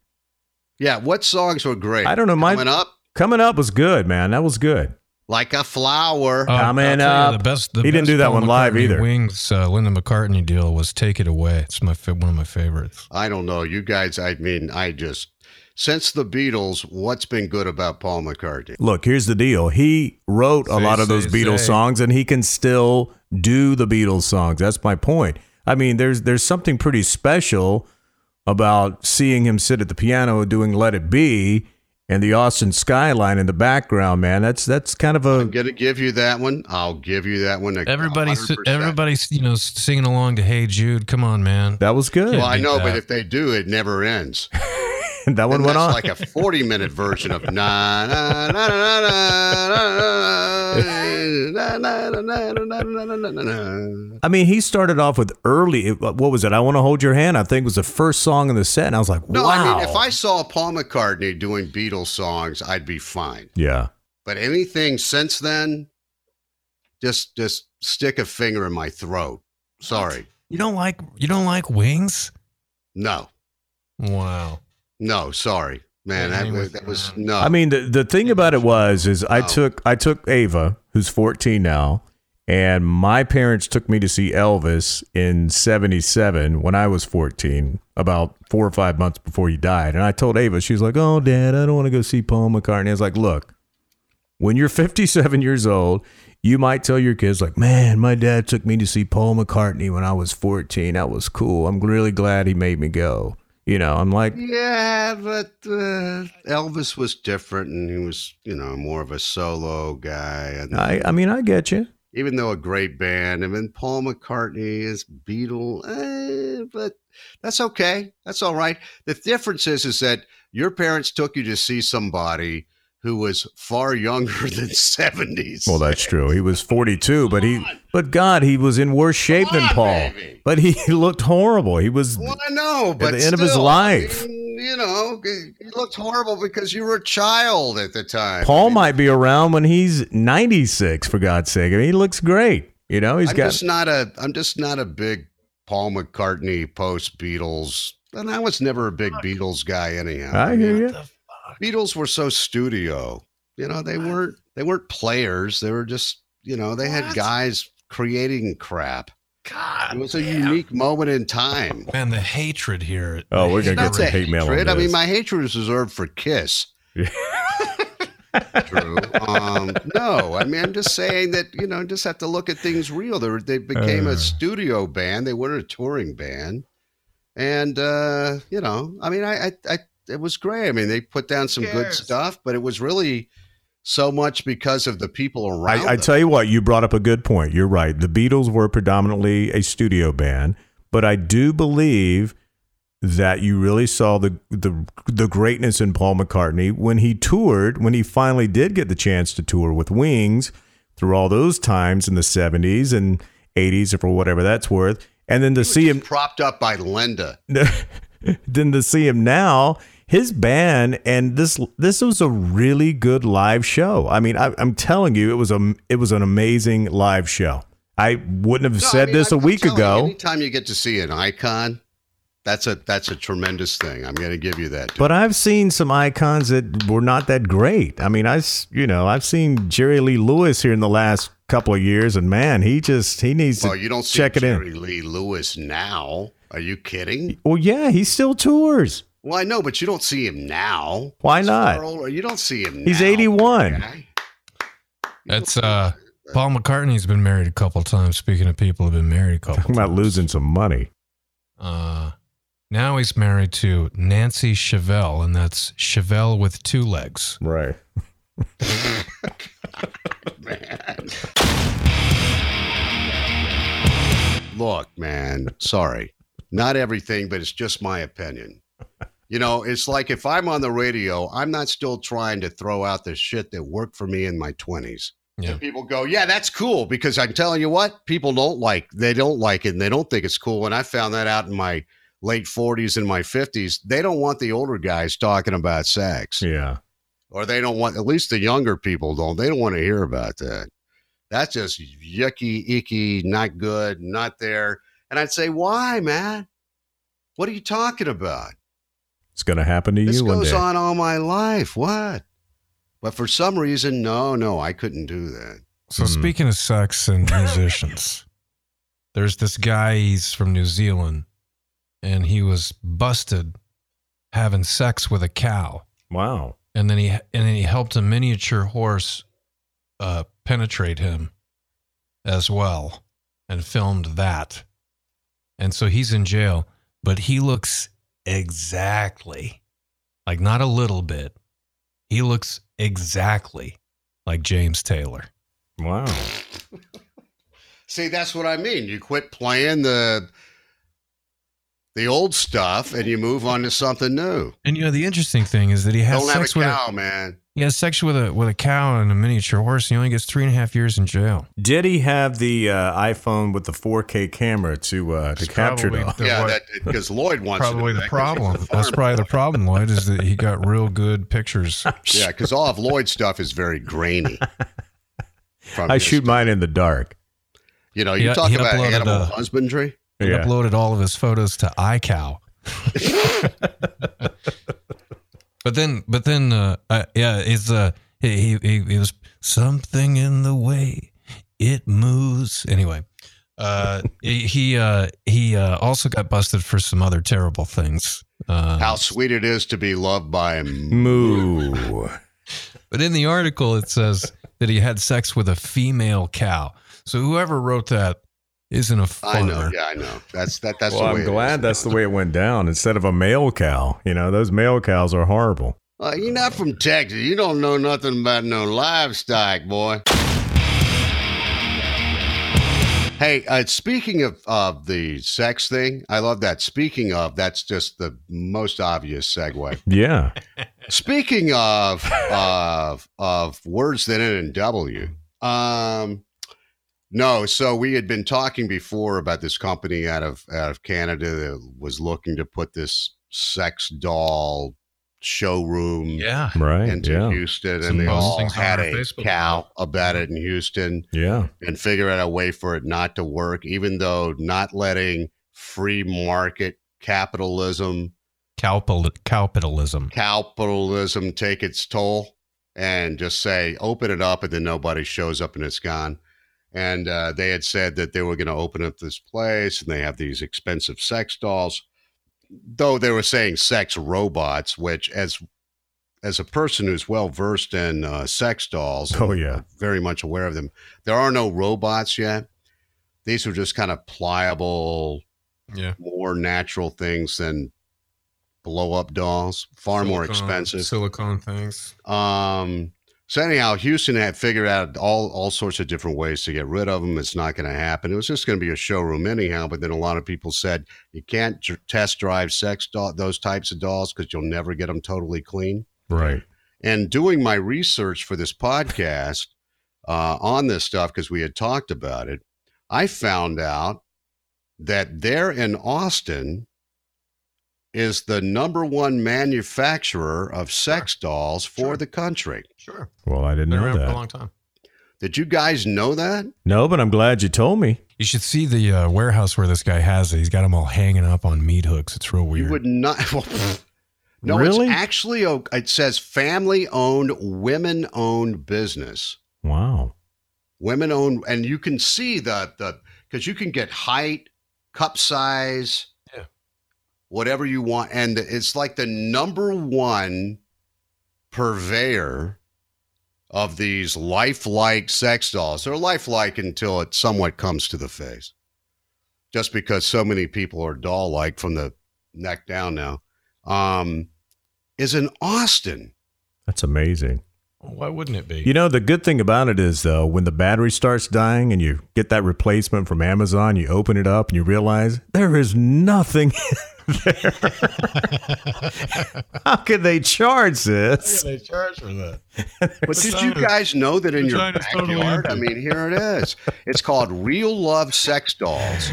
Speaker 4: Yeah, what songs were great?
Speaker 5: I don't know, my-
Speaker 4: Coming up
Speaker 5: Coming up was good, man. That was good.
Speaker 4: like a flower.
Speaker 6: Oh,
Speaker 5: Coming
Speaker 6: I'll tell you,
Speaker 5: up.
Speaker 6: the best, the
Speaker 5: He didn't
Speaker 6: best
Speaker 5: do that
Speaker 6: Paul
Speaker 5: one live
Speaker 6: McCartney
Speaker 5: either.
Speaker 6: Wings, uh, Linda McCartney deal was "Take It Away." It's my fa- one of my favorites.
Speaker 4: I don't know. You guys, I mean, I just since the Beatles, what's been good about Paul McCartney?
Speaker 5: Look, here's the deal. He wrote a
Speaker 6: Say,
Speaker 5: lot of those
Speaker 6: say,
Speaker 5: Beatles
Speaker 6: say.
Speaker 5: songs, and he can still do the Beatles songs. That's my point. I mean, there's there's something pretty special about seeing him sit at the piano doing "Let It Be" and the Austin skyline in the background. Man, that's that's kind of
Speaker 4: I'm
Speaker 5: a
Speaker 4: gonna give you that one. I'll give you that one. a-
Speaker 6: Everybody's
Speaker 4: 100%.
Speaker 6: everybody's you know singing along to "Hey Jude." Come on, man.
Speaker 5: that was good.
Speaker 4: Well, I
Speaker 6: beat
Speaker 4: know,
Speaker 6: that.
Speaker 4: but if they do, it never ends.
Speaker 5: that one
Speaker 4: And
Speaker 5: went
Speaker 4: that's
Speaker 5: on.
Speaker 4: like a 40 minute version of na na na na na na na na na na na na na na na.
Speaker 5: I mean, he started off with early. What was it? I want to hold your hand. I think was the first song in the set, and I was like,
Speaker 4: No,
Speaker 5: wow.
Speaker 4: I mean, if I saw Paul McCartney doing Beatles songs, I'd be fine.
Speaker 5: yeah.
Speaker 4: But anything since then, just just stick a finger in my throat. Sorry,
Speaker 6: You don't like you don't like Wings?
Speaker 4: no,
Speaker 6: Wow.
Speaker 4: no, sorry, man.
Speaker 6: Yeah,
Speaker 4: That,
Speaker 6: anyway.
Speaker 4: was- that was no.
Speaker 5: I mean, the the thing about it was is I
Speaker 4: Wow.
Speaker 5: took I took Ava, who's 14 now, and my parents took me to see Elvis in 77 when I was 14, about 4 or 5 months before he died. And I told Ava, she's like, "Oh, dad, I don't want to go see Paul McCartney." I was like, "Look, when you're 57 years old, you might tell your kids like, "Man, my dad took me to see Paul McCartney when I was 14. That was cool. I'm really glad he made me go." You know, I'm like,
Speaker 4: yeah, but uh, Elvis was different, and he was you know more of a solo guy, and
Speaker 5: I I mean, I get you.
Speaker 4: even though a great band, and then Paul McCartney is Beatle, eh, but that's okay. That's all right. The difference is, is that your parents took you to see somebody who was far younger than seventies.
Speaker 5: Well, that's true. He was 42, but he, but God, he was in worse shape
Speaker 4: Come
Speaker 5: than
Speaker 4: on,
Speaker 5: Paul.
Speaker 4: baby.
Speaker 5: But he looked horrible. He was.
Speaker 4: well, I know, but
Speaker 5: the end of his
Speaker 4: still, I
Speaker 5: life.
Speaker 4: mean, you know, he looked horrible because you were a child at the time. I
Speaker 5: Paul
Speaker 4: mean,
Speaker 5: might be around when he's 96, for God's sake. I mean, he looks great. You know, he's
Speaker 4: I'm
Speaker 5: got.
Speaker 4: just not a. I'm just not a big Paul McCartney post Beatles. And I was never a big Beatles guy, anyhow.
Speaker 5: I hear you.
Speaker 4: Beatles were so studio. You know, they weren't they weren't players. They were just you know they had guys creating crap.
Speaker 6: God.
Speaker 4: It was a unique moment in time.
Speaker 6: Man, the hatred here.
Speaker 5: Oh, we're gonna get
Speaker 4: That's
Speaker 5: some
Speaker 4: a
Speaker 5: hate mail. on
Speaker 4: hatred. I mean,
Speaker 5: this.
Speaker 4: my hatred is reserved for Kiss.
Speaker 5: Yeah.
Speaker 4: True. Um, no, I mean, I'm just saying that you know, just have to look at things real. They were, they became
Speaker 6: Uh.
Speaker 4: a studio band. They weren't a touring band, and uh, you know, I mean, I, I, I, it was great. I mean, they put down some good stuff, but it was really so much because of the people around.
Speaker 5: I, I
Speaker 4: them.
Speaker 5: tell you what, you brought up a good point. You're right. The Beatles were predominantly a studio band, but I do believe that you really saw the the the greatness in Paul McCartney when he toured, when he finally did get the chance to tour with Wings through all those times in the 70s and 80s or for whatever that's worth. And then to see him
Speaker 4: propped up by Linda.
Speaker 5: than to see him now. His band and this this was a really good live show. I mean, I, I'm telling you, it was a it was an amazing live show. I wouldn't have
Speaker 4: No, I
Speaker 5: said
Speaker 4: mean,
Speaker 5: this
Speaker 4: I'm-
Speaker 5: a
Speaker 4: I'm
Speaker 5: week
Speaker 4: telling you,
Speaker 5: ago.
Speaker 4: anytime you get to see an icon, That's a that's a tremendous thing. I'm going to give you that.
Speaker 5: But I've seen some icons that were not that great. I mean, I s- you know I've seen Jerry Lee Lewis here in the last couple of years, and man, he just he needs
Speaker 4: well,
Speaker 5: to
Speaker 4: you don't see
Speaker 5: check it
Speaker 4: Jerry
Speaker 5: in.
Speaker 4: Lee Lewis now. Are you kidding?
Speaker 5: Well, yeah, he still tours.
Speaker 4: Well, I know, but you don't see him now.
Speaker 5: Why
Speaker 4: He's
Speaker 5: not?
Speaker 4: far older. You don't see him.
Speaker 5: He's
Speaker 4: now,
Speaker 5: 81.
Speaker 4: guy.
Speaker 6: That's uh, Paul McCartney's been married a couple times. Speaking of people who've been married a couple
Speaker 5: Talking about
Speaker 6: times.
Speaker 5: losing some money.
Speaker 6: Uh, now he's married to Nancy Chevelle, and that's Chevelle with two legs.
Speaker 5: Right.
Speaker 4: Look, man. Sorry, not everything, but it's just my opinion. You know, it's like if I'm on the radio, I'm not still trying to throw out the shit that worked for me in my 20s.
Speaker 6: Yeah.
Speaker 4: And people go, yeah, that's cool because I'm telling you what, people don't like, they don't like it and they don't think it's cool. And I found that out in my late 40s and my 50s. They don't want the older guys talking about sex
Speaker 5: Yeah.
Speaker 4: or they don't want, at least the younger people don't, they don't want to hear about that. That's just yucky, icky, not good, not there. And I'd say, why, man? What are you talking about?
Speaker 5: It's going to happen to
Speaker 4: This
Speaker 5: you one
Speaker 4: goes
Speaker 5: day.
Speaker 4: on all my life. What? But for some reason, no, no, I couldn't do that.
Speaker 6: So
Speaker 5: Hmm.
Speaker 6: speaking of sex and musicians, there's this guy. He's from New Zealand, and he was busted having sex with a cow,
Speaker 5: Wow.
Speaker 6: and then he and then he helped a miniature horse uh, penetrate him as well, and filmed that, and so he's in jail. But he looks exactly like not a little bit. He looks exactly like James Taylor.
Speaker 5: Wow.
Speaker 4: See, that's what I mean. You quit playing the the old stuff and you move on to something new.
Speaker 6: And you know the interesting thing is that he has
Speaker 4: Don't have a
Speaker 6: sex with
Speaker 4: cow, man.
Speaker 6: he has sex with a with a cow and a miniature horse. And he only gets three and a half years in jail.
Speaker 5: Did he have the uh, iPhone with the 4K camera to uh, to
Speaker 6: It's
Speaker 5: capture
Speaker 6: probably
Speaker 5: it all?
Speaker 6: The
Speaker 4: yeah,
Speaker 6: what-
Speaker 4: that because Lloyd wants it
Speaker 6: Probably the
Speaker 4: back.
Speaker 6: problem. That's probably the problem, Lloyd, is that he got real good pictures.
Speaker 4: Yeah, because all of Lloyd's stuff is very grainy. From
Speaker 5: I
Speaker 4: his-
Speaker 5: shoot mine in the dark.
Speaker 4: You know, you
Speaker 6: Yeah,
Speaker 4: talk
Speaker 6: he
Speaker 4: about
Speaker 6: uploaded
Speaker 4: animal
Speaker 6: a-
Speaker 4: husbandry.
Speaker 6: He uploaded all of his photos to iCow. but then, but then, uh, uh, yeah, it's uh, he, he- he he was something in the way it moves. Anyway, uh, he he, uh, he uh, also got busted for some other terrible things. Uh,
Speaker 4: How sweet it is to be loved by him.
Speaker 5: Moo.
Speaker 6: But in the article, it says that he had sex with a female cow. So whoever wrote that isn't a
Speaker 4: I
Speaker 6: farmer.
Speaker 4: know. Yeah, I know. That's that. That's.
Speaker 5: Well,
Speaker 4: the way
Speaker 5: I'm
Speaker 4: it
Speaker 5: glad
Speaker 4: is.
Speaker 5: that's the way it went down instead of a male cow. You know, those male cows are horrible.
Speaker 4: Uh, you're not from Texas. You don't know nothing about no livestock, boy. Hey, uh, speaking of, of the sex thing, I love that. Speaking of, that's just the most obvious segue.
Speaker 5: Yeah.
Speaker 4: Speaking of of of words that end in W, um, no. So we had been talking before about this company out of out of Canada that was looking to put this sex doll showroom
Speaker 6: Yeah.
Speaker 5: Right.
Speaker 4: into
Speaker 5: yeah.
Speaker 4: Houston,
Speaker 6: Some
Speaker 4: and they all
Speaker 6: postings on
Speaker 4: had
Speaker 6: our
Speaker 4: a
Speaker 6: Facebook.
Speaker 4: cow about it in Houston
Speaker 5: Yeah.
Speaker 4: and figure out a way for it not to work, even though not letting free market capitalism
Speaker 6: Cowpil- cowpitalism.
Speaker 4: capitalism take its toll and just say open it up and then nobody shows up and it's gone and uh, they had said that they were going to open up this place and they have these expensive sex dolls though they were saying sex robots which as as a person who's well versed in uh, sex dolls
Speaker 5: Oh, yeah.
Speaker 4: very much aware of them there are no robots yet these are just kind of pliable
Speaker 6: Yeah.
Speaker 4: more natural things than blow up dolls, far more expensive.
Speaker 6: Silicone things.
Speaker 4: Um, so anyhow, Houston had figured out all all sorts of different ways to get rid of them. It's not going to happen. It was just going to be a showroom anyhow. But then a lot of people said you can't dr- test drive sex doll those types of dolls because you'll never get them totally clean
Speaker 5: Right.
Speaker 4: and doing my research for this podcast uh, on this stuff because we had talked about it, I found out that there in Austin is the number one manufacturer of sex dolls for
Speaker 6: Sure.
Speaker 4: the country.
Speaker 6: Sure.
Speaker 5: Well, I didn't know that.
Speaker 6: long time.
Speaker 4: Did you guys know that?
Speaker 5: No, but I'm glad you told me.
Speaker 6: You should see the uh, warehouse where this guy has it. He's got them all hanging up on meat hooks. It's real weird.
Speaker 4: You would not. Well, pfft. no,
Speaker 5: Really?
Speaker 4: it's actually, a- it says family owned, women owned business.
Speaker 5: Wow.
Speaker 4: Women owned, and you can see the, the, because you can get height, cup size,
Speaker 6: Yeah.
Speaker 4: whatever you want. And it's like the number one purveyor of these lifelike sex dolls. They're lifelike until it somewhat comes to the face, just because so many people are doll like from the neck down now. Um, is in Austin.
Speaker 5: That's amazing.
Speaker 6: Why wouldn't it be?
Speaker 5: You know, the good thing about it is, though, when the battery starts dying and you get that replacement from Amazon, you open it up and you realize there is nothing there. How could they charge this?
Speaker 6: they charge for that.
Speaker 4: But did you
Speaker 6: Vagina-
Speaker 4: guys know that in your
Speaker 6: vagina's totally
Speaker 4: backyard? I
Speaker 6: empty.
Speaker 4: mean, here it is. It's called Real Love Sex Dolls.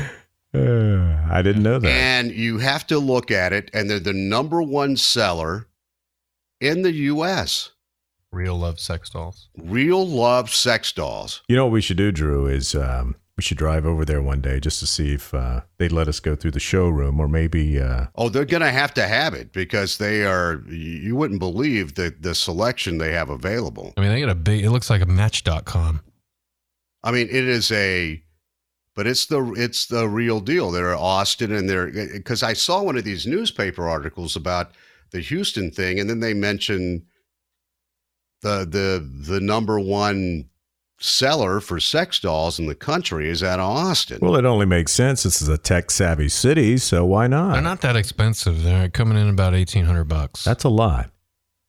Speaker 5: Uh, I didn't know that.
Speaker 4: And you have to look at it, and they're the number one seller in the U.S.
Speaker 6: Real love sex dolls.
Speaker 4: Real Love Sex Dolls.
Speaker 5: You know what we should do, Drew, is um, we should drive over there one day just to see if uh, they'd let us go through the showroom or maybe. Uh,
Speaker 4: Oh, they're going to have to have it because they are, you wouldn't believe the, the selection they have available.
Speaker 6: I mean, they got a big, it looks like a match.com.
Speaker 4: I mean, it is a, but it's the it's the real deal. They're Austin, and they're because I saw one of these newspaper articles about the Houston thing, and then they mentioned the the the number one seller for sex dolls in the country is out of Austin.
Speaker 5: well, it only makes sense. This is a tech savvy city, so why
Speaker 6: They're
Speaker 5: not?
Speaker 6: not that expensive. They're coming in about 1800 bucks.
Speaker 5: That's a lot.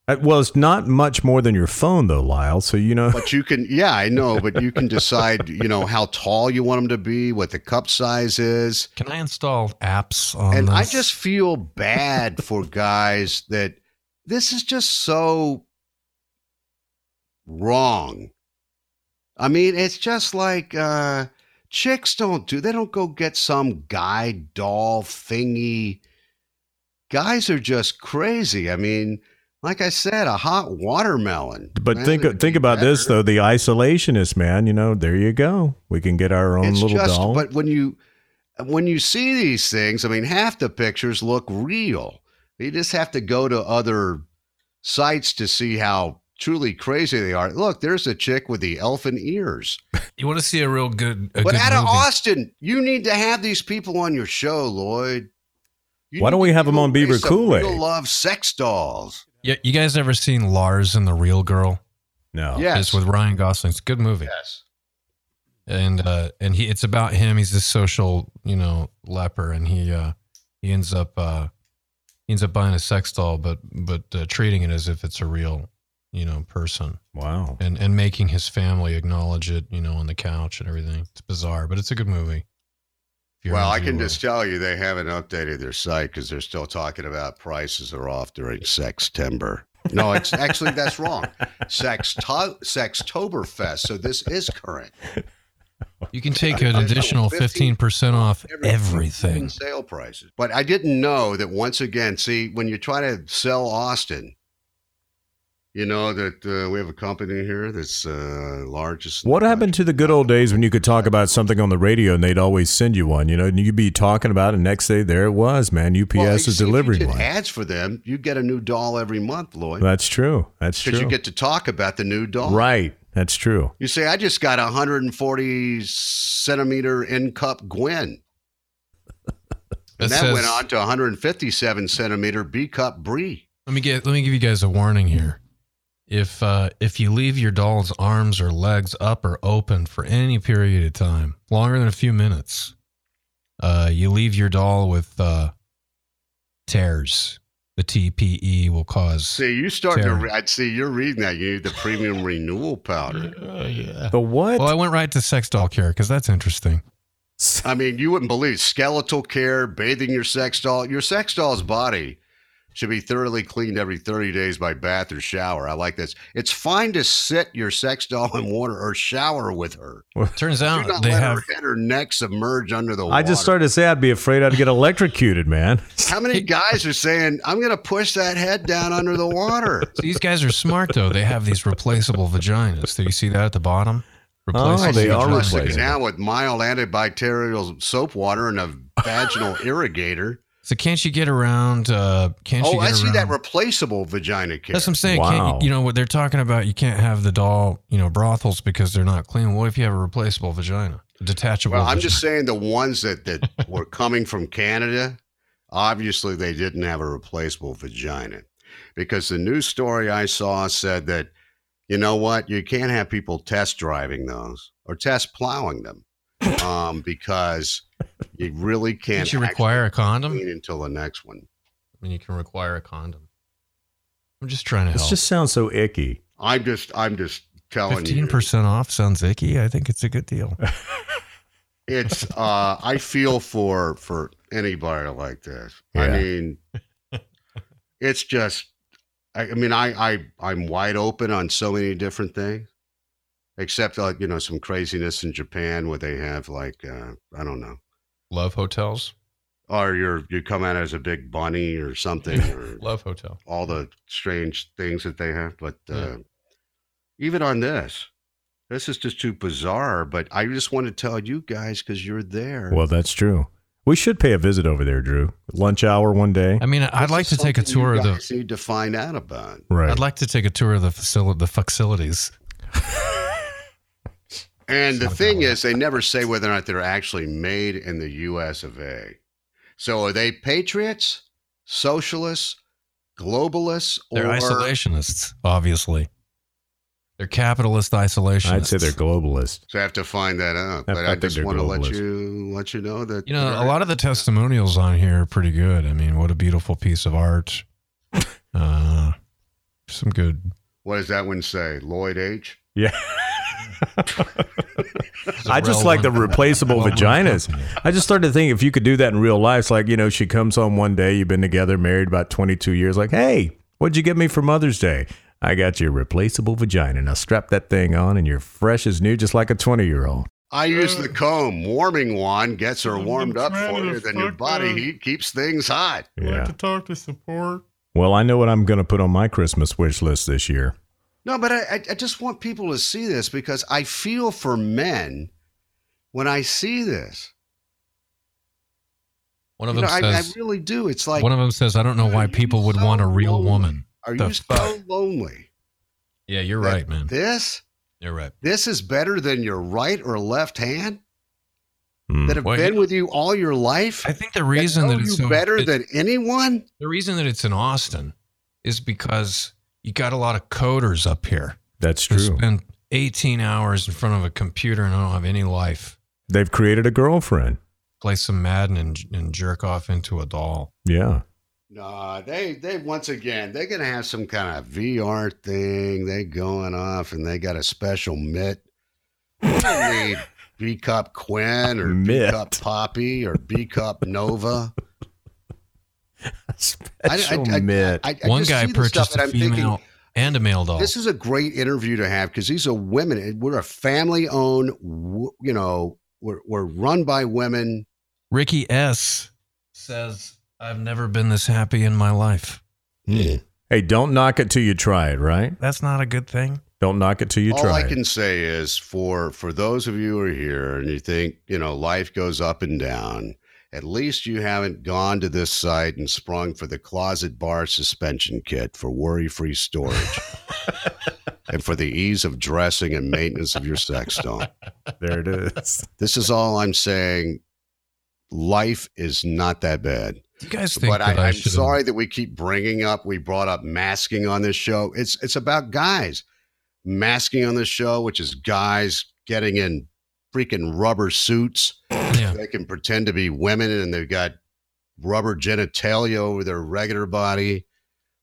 Speaker 5: Uh, well, it's not much more than your phone, though, Lyle. So, you know.
Speaker 4: but you can, yeah, I know, but you can decide, you know, how tall you want them to be, what the cup size is.
Speaker 6: Can I install apps on
Speaker 4: and I
Speaker 6: this?
Speaker 4: just feel bad for guys that this is just so wrong. I mean, it's just like uh chicks don't do they don't go get some guy doll thingy. Guys are just crazy. I mean, like I said, a hot watermelon.
Speaker 5: But
Speaker 4: Man,
Speaker 5: think
Speaker 4: it'd
Speaker 5: think
Speaker 4: be
Speaker 5: about this
Speaker 4: better.
Speaker 5: though, the isolationist man. You know, there you go. We can get our own little doll.
Speaker 4: But when you when you see these things, I mean, half the pictures look real. You just have to go to other sites to see how truly crazy they are. Look, there's a chick with the elfin ears.
Speaker 6: you want to see a real good. A
Speaker 4: but
Speaker 6: good
Speaker 4: out of
Speaker 6: movie.
Speaker 4: Austin, you need to have these people on your show, Lloyd. You
Speaker 5: Why don't
Speaker 4: need
Speaker 5: we
Speaker 4: to
Speaker 5: have 'em
Speaker 4: give
Speaker 5: on
Speaker 4: away
Speaker 5: Beaver
Speaker 4: some
Speaker 5: Kool-Aid?
Speaker 4: real Love sex dolls.
Speaker 6: Yeah, you guys ever seen Lars and the Real Girl?
Speaker 5: no.
Speaker 4: yes.
Speaker 6: It's with Ryan Gosling. It's a good movie,
Speaker 4: yes.
Speaker 6: and uh, and he it's about him. He's this social, you know, leper, and he uh, he ends up uh, he ends up buying a sex doll, but but uh, treating it as if it's a real, you know, person,
Speaker 5: Wow.
Speaker 6: and and making his family acknowledge it, you know, on the couch and everything. It's bizarre, but it's a good movie. If you're
Speaker 4: Well, I
Speaker 6: into,
Speaker 4: can
Speaker 6: uh,
Speaker 4: just tell you they haven't updated their site because they're still talking about prices are off during Sextember. No, it's actually that's wrong. Sexto- Sextoberfest. So this is current.
Speaker 6: you can take an
Speaker 4: There's
Speaker 6: additional fifteen
Speaker 4: 15%
Speaker 6: percent off
Speaker 4: Even
Speaker 6: everything.
Speaker 4: Sale prices. But I didn't know that once again, see, when you try to sell Austin, you know that uh, we have a company here that's uh, largest. in
Speaker 5: What
Speaker 4: the
Speaker 5: happened to the good old days when you could talk about something on the radio and they'd always send you one, you know, and you'd be talking about it and next day there it was, man. UPS
Speaker 4: Well,
Speaker 5: is
Speaker 4: see, if you
Speaker 5: delivering
Speaker 4: did
Speaker 5: one.
Speaker 4: Ads for them, you get a new doll every month, Lloyd,
Speaker 5: That's true. That's true.
Speaker 4: because you get to talk about the new doll.
Speaker 5: right. That's true.
Speaker 4: You say, I just got a 140 centimeter end cup Gwen. And
Speaker 6: It
Speaker 4: that
Speaker 6: says-
Speaker 4: went on to 157 centimeter B cup Bree.
Speaker 6: Let me get let me give you guys a warning here. If uh, if you leave your doll's arms or legs up or open for any period of time, longer than a few minutes, uh, you leave your doll with uh, tears. The TPE will cause.
Speaker 4: See, you starting to
Speaker 6: Terry.
Speaker 4: re- I'd see you're reading that. You need the premium renewal powder.
Speaker 5: But what?
Speaker 6: Well, I went right to sex doll care because that's interesting.
Speaker 4: I mean, you wouldn't believe skeletal care, bathing your sex doll. Your sex doll's body should be thoroughly cleaned every 30 days by bath or shower. I like this. It's fine to sit your sex doll in water or shower with her.
Speaker 6: Turns
Speaker 4: Do
Speaker 6: out
Speaker 4: not
Speaker 6: they
Speaker 4: let
Speaker 6: have.
Speaker 4: her head or neck submerge under the water.
Speaker 5: I just started to say I'd be afraid I'd get electrocuted, man.
Speaker 4: How many guys are saying, I'm going to push that head down under the water?
Speaker 6: These guys are smart though. They have these replaceable vaginas. Do you see that at the bottom? Replace
Speaker 5: Oh,
Speaker 6: it.
Speaker 5: they are
Speaker 4: Plus,
Speaker 5: replaceable.
Speaker 4: now with mild antibacterial soap water and a vaginal irrigator.
Speaker 6: So can't you get around? Uh, can't you?
Speaker 4: Oh,
Speaker 6: get
Speaker 4: I see
Speaker 6: around-
Speaker 4: that replaceable vagina care.
Speaker 6: That's what I'm saying. Can't,
Speaker 5: Wow.
Speaker 6: you- you know what they're talking about? You can't have the doll, you know, brothels because they're not clean. What if you have a replaceable vagina, a detachable?
Speaker 4: well, I'm
Speaker 6: vagina?
Speaker 4: just saying the ones that, that were coming from Canada, obviously they didn't have a replaceable vagina because the news story I saw said that, you know what, you can't have people test driving those or test plowing them um, because you really can't
Speaker 6: Can't you
Speaker 4: actually
Speaker 6: require a condom?
Speaker 4: clean until the next one.
Speaker 6: I mean, you can require a condom. I'm just trying to
Speaker 5: This
Speaker 6: help.
Speaker 5: just sounds so icky.
Speaker 4: I'm just, I'm just telling you.
Speaker 6: Fifteen percent off sounds icky. I think it's a good deal.
Speaker 4: it's uh i feel for for anybody like this
Speaker 5: Yeah.
Speaker 4: i mean it's just I, I mean i i i'm wide open on so many different things except like you know some craziness in japan where they have like uh i don't know
Speaker 6: Love hotels.
Speaker 4: or you're you come out as a big bunny or something or
Speaker 6: Love hotel.
Speaker 4: all the strange things that they have but uh
Speaker 6: Yeah.
Speaker 4: even on this this is just too bizarre but i just want to tell you guys because you're there
Speaker 5: Well, that's true. We should pay a visit over there, Drew. Lunch hour one day.
Speaker 6: I mean, I'd
Speaker 4: This
Speaker 6: like
Speaker 4: is
Speaker 6: to take a
Speaker 4: something you
Speaker 6: tour of the.
Speaker 4: guys Need to find out about.
Speaker 5: Right.
Speaker 6: I'd like to take a tour of the facility, the facilities.
Speaker 4: And the
Speaker 6: Something
Speaker 4: thing
Speaker 6: like
Speaker 4: is, they never say whether or not they're actually made in the U.S. of A. So are they patriots, socialists, globalists,
Speaker 6: They're
Speaker 4: or
Speaker 6: isolationists, obviously. They're capitalist isolationists.
Speaker 5: I'd say they're globalist.
Speaker 4: So I have to find that out.
Speaker 5: I-
Speaker 4: But
Speaker 5: I
Speaker 4: I,
Speaker 5: think
Speaker 4: just
Speaker 5: they're
Speaker 4: want to let
Speaker 5: globalists.
Speaker 4: you let you know that
Speaker 6: You know, a lot of the testimonials on here are pretty good. I mean, what a beautiful piece of art. Uh, some good.
Speaker 4: What does that one say? Lloyd H.
Speaker 5: Yeah. I just like the replaceable
Speaker 6: well-known
Speaker 5: vaginas.
Speaker 6: company.
Speaker 5: I just started to think if you could do that in real life, it's like, you know, she comes home one day, you've been together, married about 22 years, like, hey, what'd you get me for Mother's Day? I got you a replaceable vagina. Now strap that thing on and you're fresh as new, just like a 20 year old.
Speaker 4: I use the comb warming wand gets her
Speaker 7: I've
Speaker 4: warmed
Speaker 7: been
Speaker 4: up
Speaker 7: trying
Speaker 4: for
Speaker 7: to
Speaker 4: you. Then your
Speaker 7: fuck
Speaker 4: body
Speaker 7: up.
Speaker 4: heat keeps things hot.
Speaker 7: I'd like
Speaker 5: Yeah.
Speaker 7: to talk to support.
Speaker 5: Well, I know what I'm going to put on my Christmas wish list this year.
Speaker 4: No, but I, I- I just want people to see this because I feel for men when I see this.
Speaker 6: One of
Speaker 4: You
Speaker 6: them
Speaker 4: know, I, I
Speaker 6: says.
Speaker 4: really do. It's like,
Speaker 6: one of them says, "I don't know why
Speaker 4: Dude,
Speaker 6: people would
Speaker 4: so
Speaker 6: want a real
Speaker 4: lonely.
Speaker 6: woman."
Speaker 4: are
Speaker 6: the
Speaker 4: you so
Speaker 6: fuck?
Speaker 4: lonely?
Speaker 6: Yeah, you're
Speaker 4: that
Speaker 6: right, man.
Speaker 4: This,
Speaker 6: You're right.
Speaker 4: this is better than your right or left hand
Speaker 5: Mm.
Speaker 4: that have
Speaker 6: Hmm. Well,
Speaker 4: been
Speaker 6: you-
Speaker 4: with you all your life.
Speaker 6: I think the
Speaker 4: that
Speaker 6: reason
Speaker 4: know
Speaker 6: that it's
Speaker 4: you
Speaker 6: so,
Speaker 4: better
Speaker 6: it-
Speaker 4: than anyone.
Speaker 6: the reason that it's in Austin is because you got a lot of coders up here.
Speaker 5: That's
Speaker 6: who
Speaker 5: true.
Speaker 6: Spend 18 hours in front of a computer and don't have any life.
Speaker 5: They've created a girlfriend.
Speaker 6: Play some Madden and, and jerk off into a doll.
Speaker 5: Yeah.
Speaker 4: No, they they once again they're gonna have some kind of VR thing. They going off and they got a special mitt. They don't need B cup Quinn or B
Speaker 5: Mitt.
Speaker 4: cup Poppy or B cup Nova.
Speaker 5: Special
Speaker 4: I- I-
Speaker 5: mitt.
Speaker 4: I, I
Speaker 6: One
Speaker 4: just
Speaker 6: guy
Speaker 4: see this stuff
Speaker 6: purchased
Speaker 4: and
Speaker 6: a
Speaker 4: I'm thinking,
Speaker 6: female and a male doll.
Speaker 4: This is a great interview to have because these are women. We're a family owned, you know, we're, we're run by women.
Speaker 6: Ricky S says, I've never been this happy in my life.
Speaker 5: hey, don't knock it till you try it, right?
Speaker 6: That's not a good thing.
Speaker 5: Don't knock it till you
Speaker 4: All
Speaker 5: try
Speaker 4: I
Speaker 5: it.
Speaker 4: can say is for for those of you who are here and you think, you know, life goes up and down, at least you haven't gone to this site and sprung for the closet bar suspension kit for worry-free storage. And for the ease of dressing and maintenance of your sex doll.
Speaker 5: There it is.
Speaker 4: This is all I'm saying. Life is not that bad.
Speaker 6: You guys think
Speaker 4: but
Speaker 6: that I,
Speaker 4: I, I'm
Speaker 6: should've-
Speaker 4: sorry that we keep bringing up. We brought up masking on this show. It's it's about guys masking on this show, which is guys getting in freaking rubber suits.
Speaker 6: Yeah.
Speaker 4: They can pretend to be women, and they've got rubber genitalia over their regular body.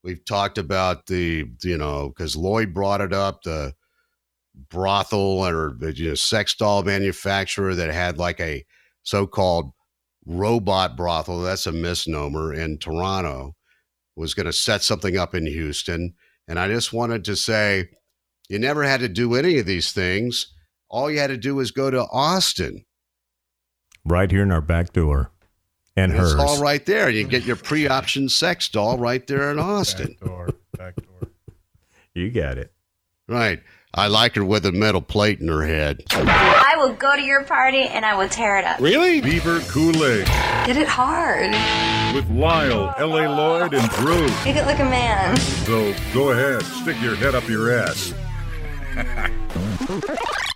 Speaker 4: We've talked about the you know because Lloyd brought it up the brothel or you know, sex doll manufacturer that had like a so-called robot brothel that's a misnomer in toronto was going to set something up in houston and i just wanted to say you never had to do any of these things all you had to do was go to austin
Speaker 5: Right here in our back door. And
Speaker 4: it's
Speaker 5: hers.
Speaker 4: all right there you get your pre-option sex doll right there in austin
Speaker 7: Back door. Back door.
Speaker 5: You got it.
Speaker 4: right I like her with a metal plate in her head.
Speaker 7: I will go to your party and I will tear it up.
Speaker 2: Really?
Speaker 3: Beaver Kool-Aid
Speaker 7: Get it hard.
Speaker 3: with Lyle, L.A. Lloyd, and Drew.
Speaker 7: Take it like a man.
Speaker 3: So go ahead, stick your head up your ass.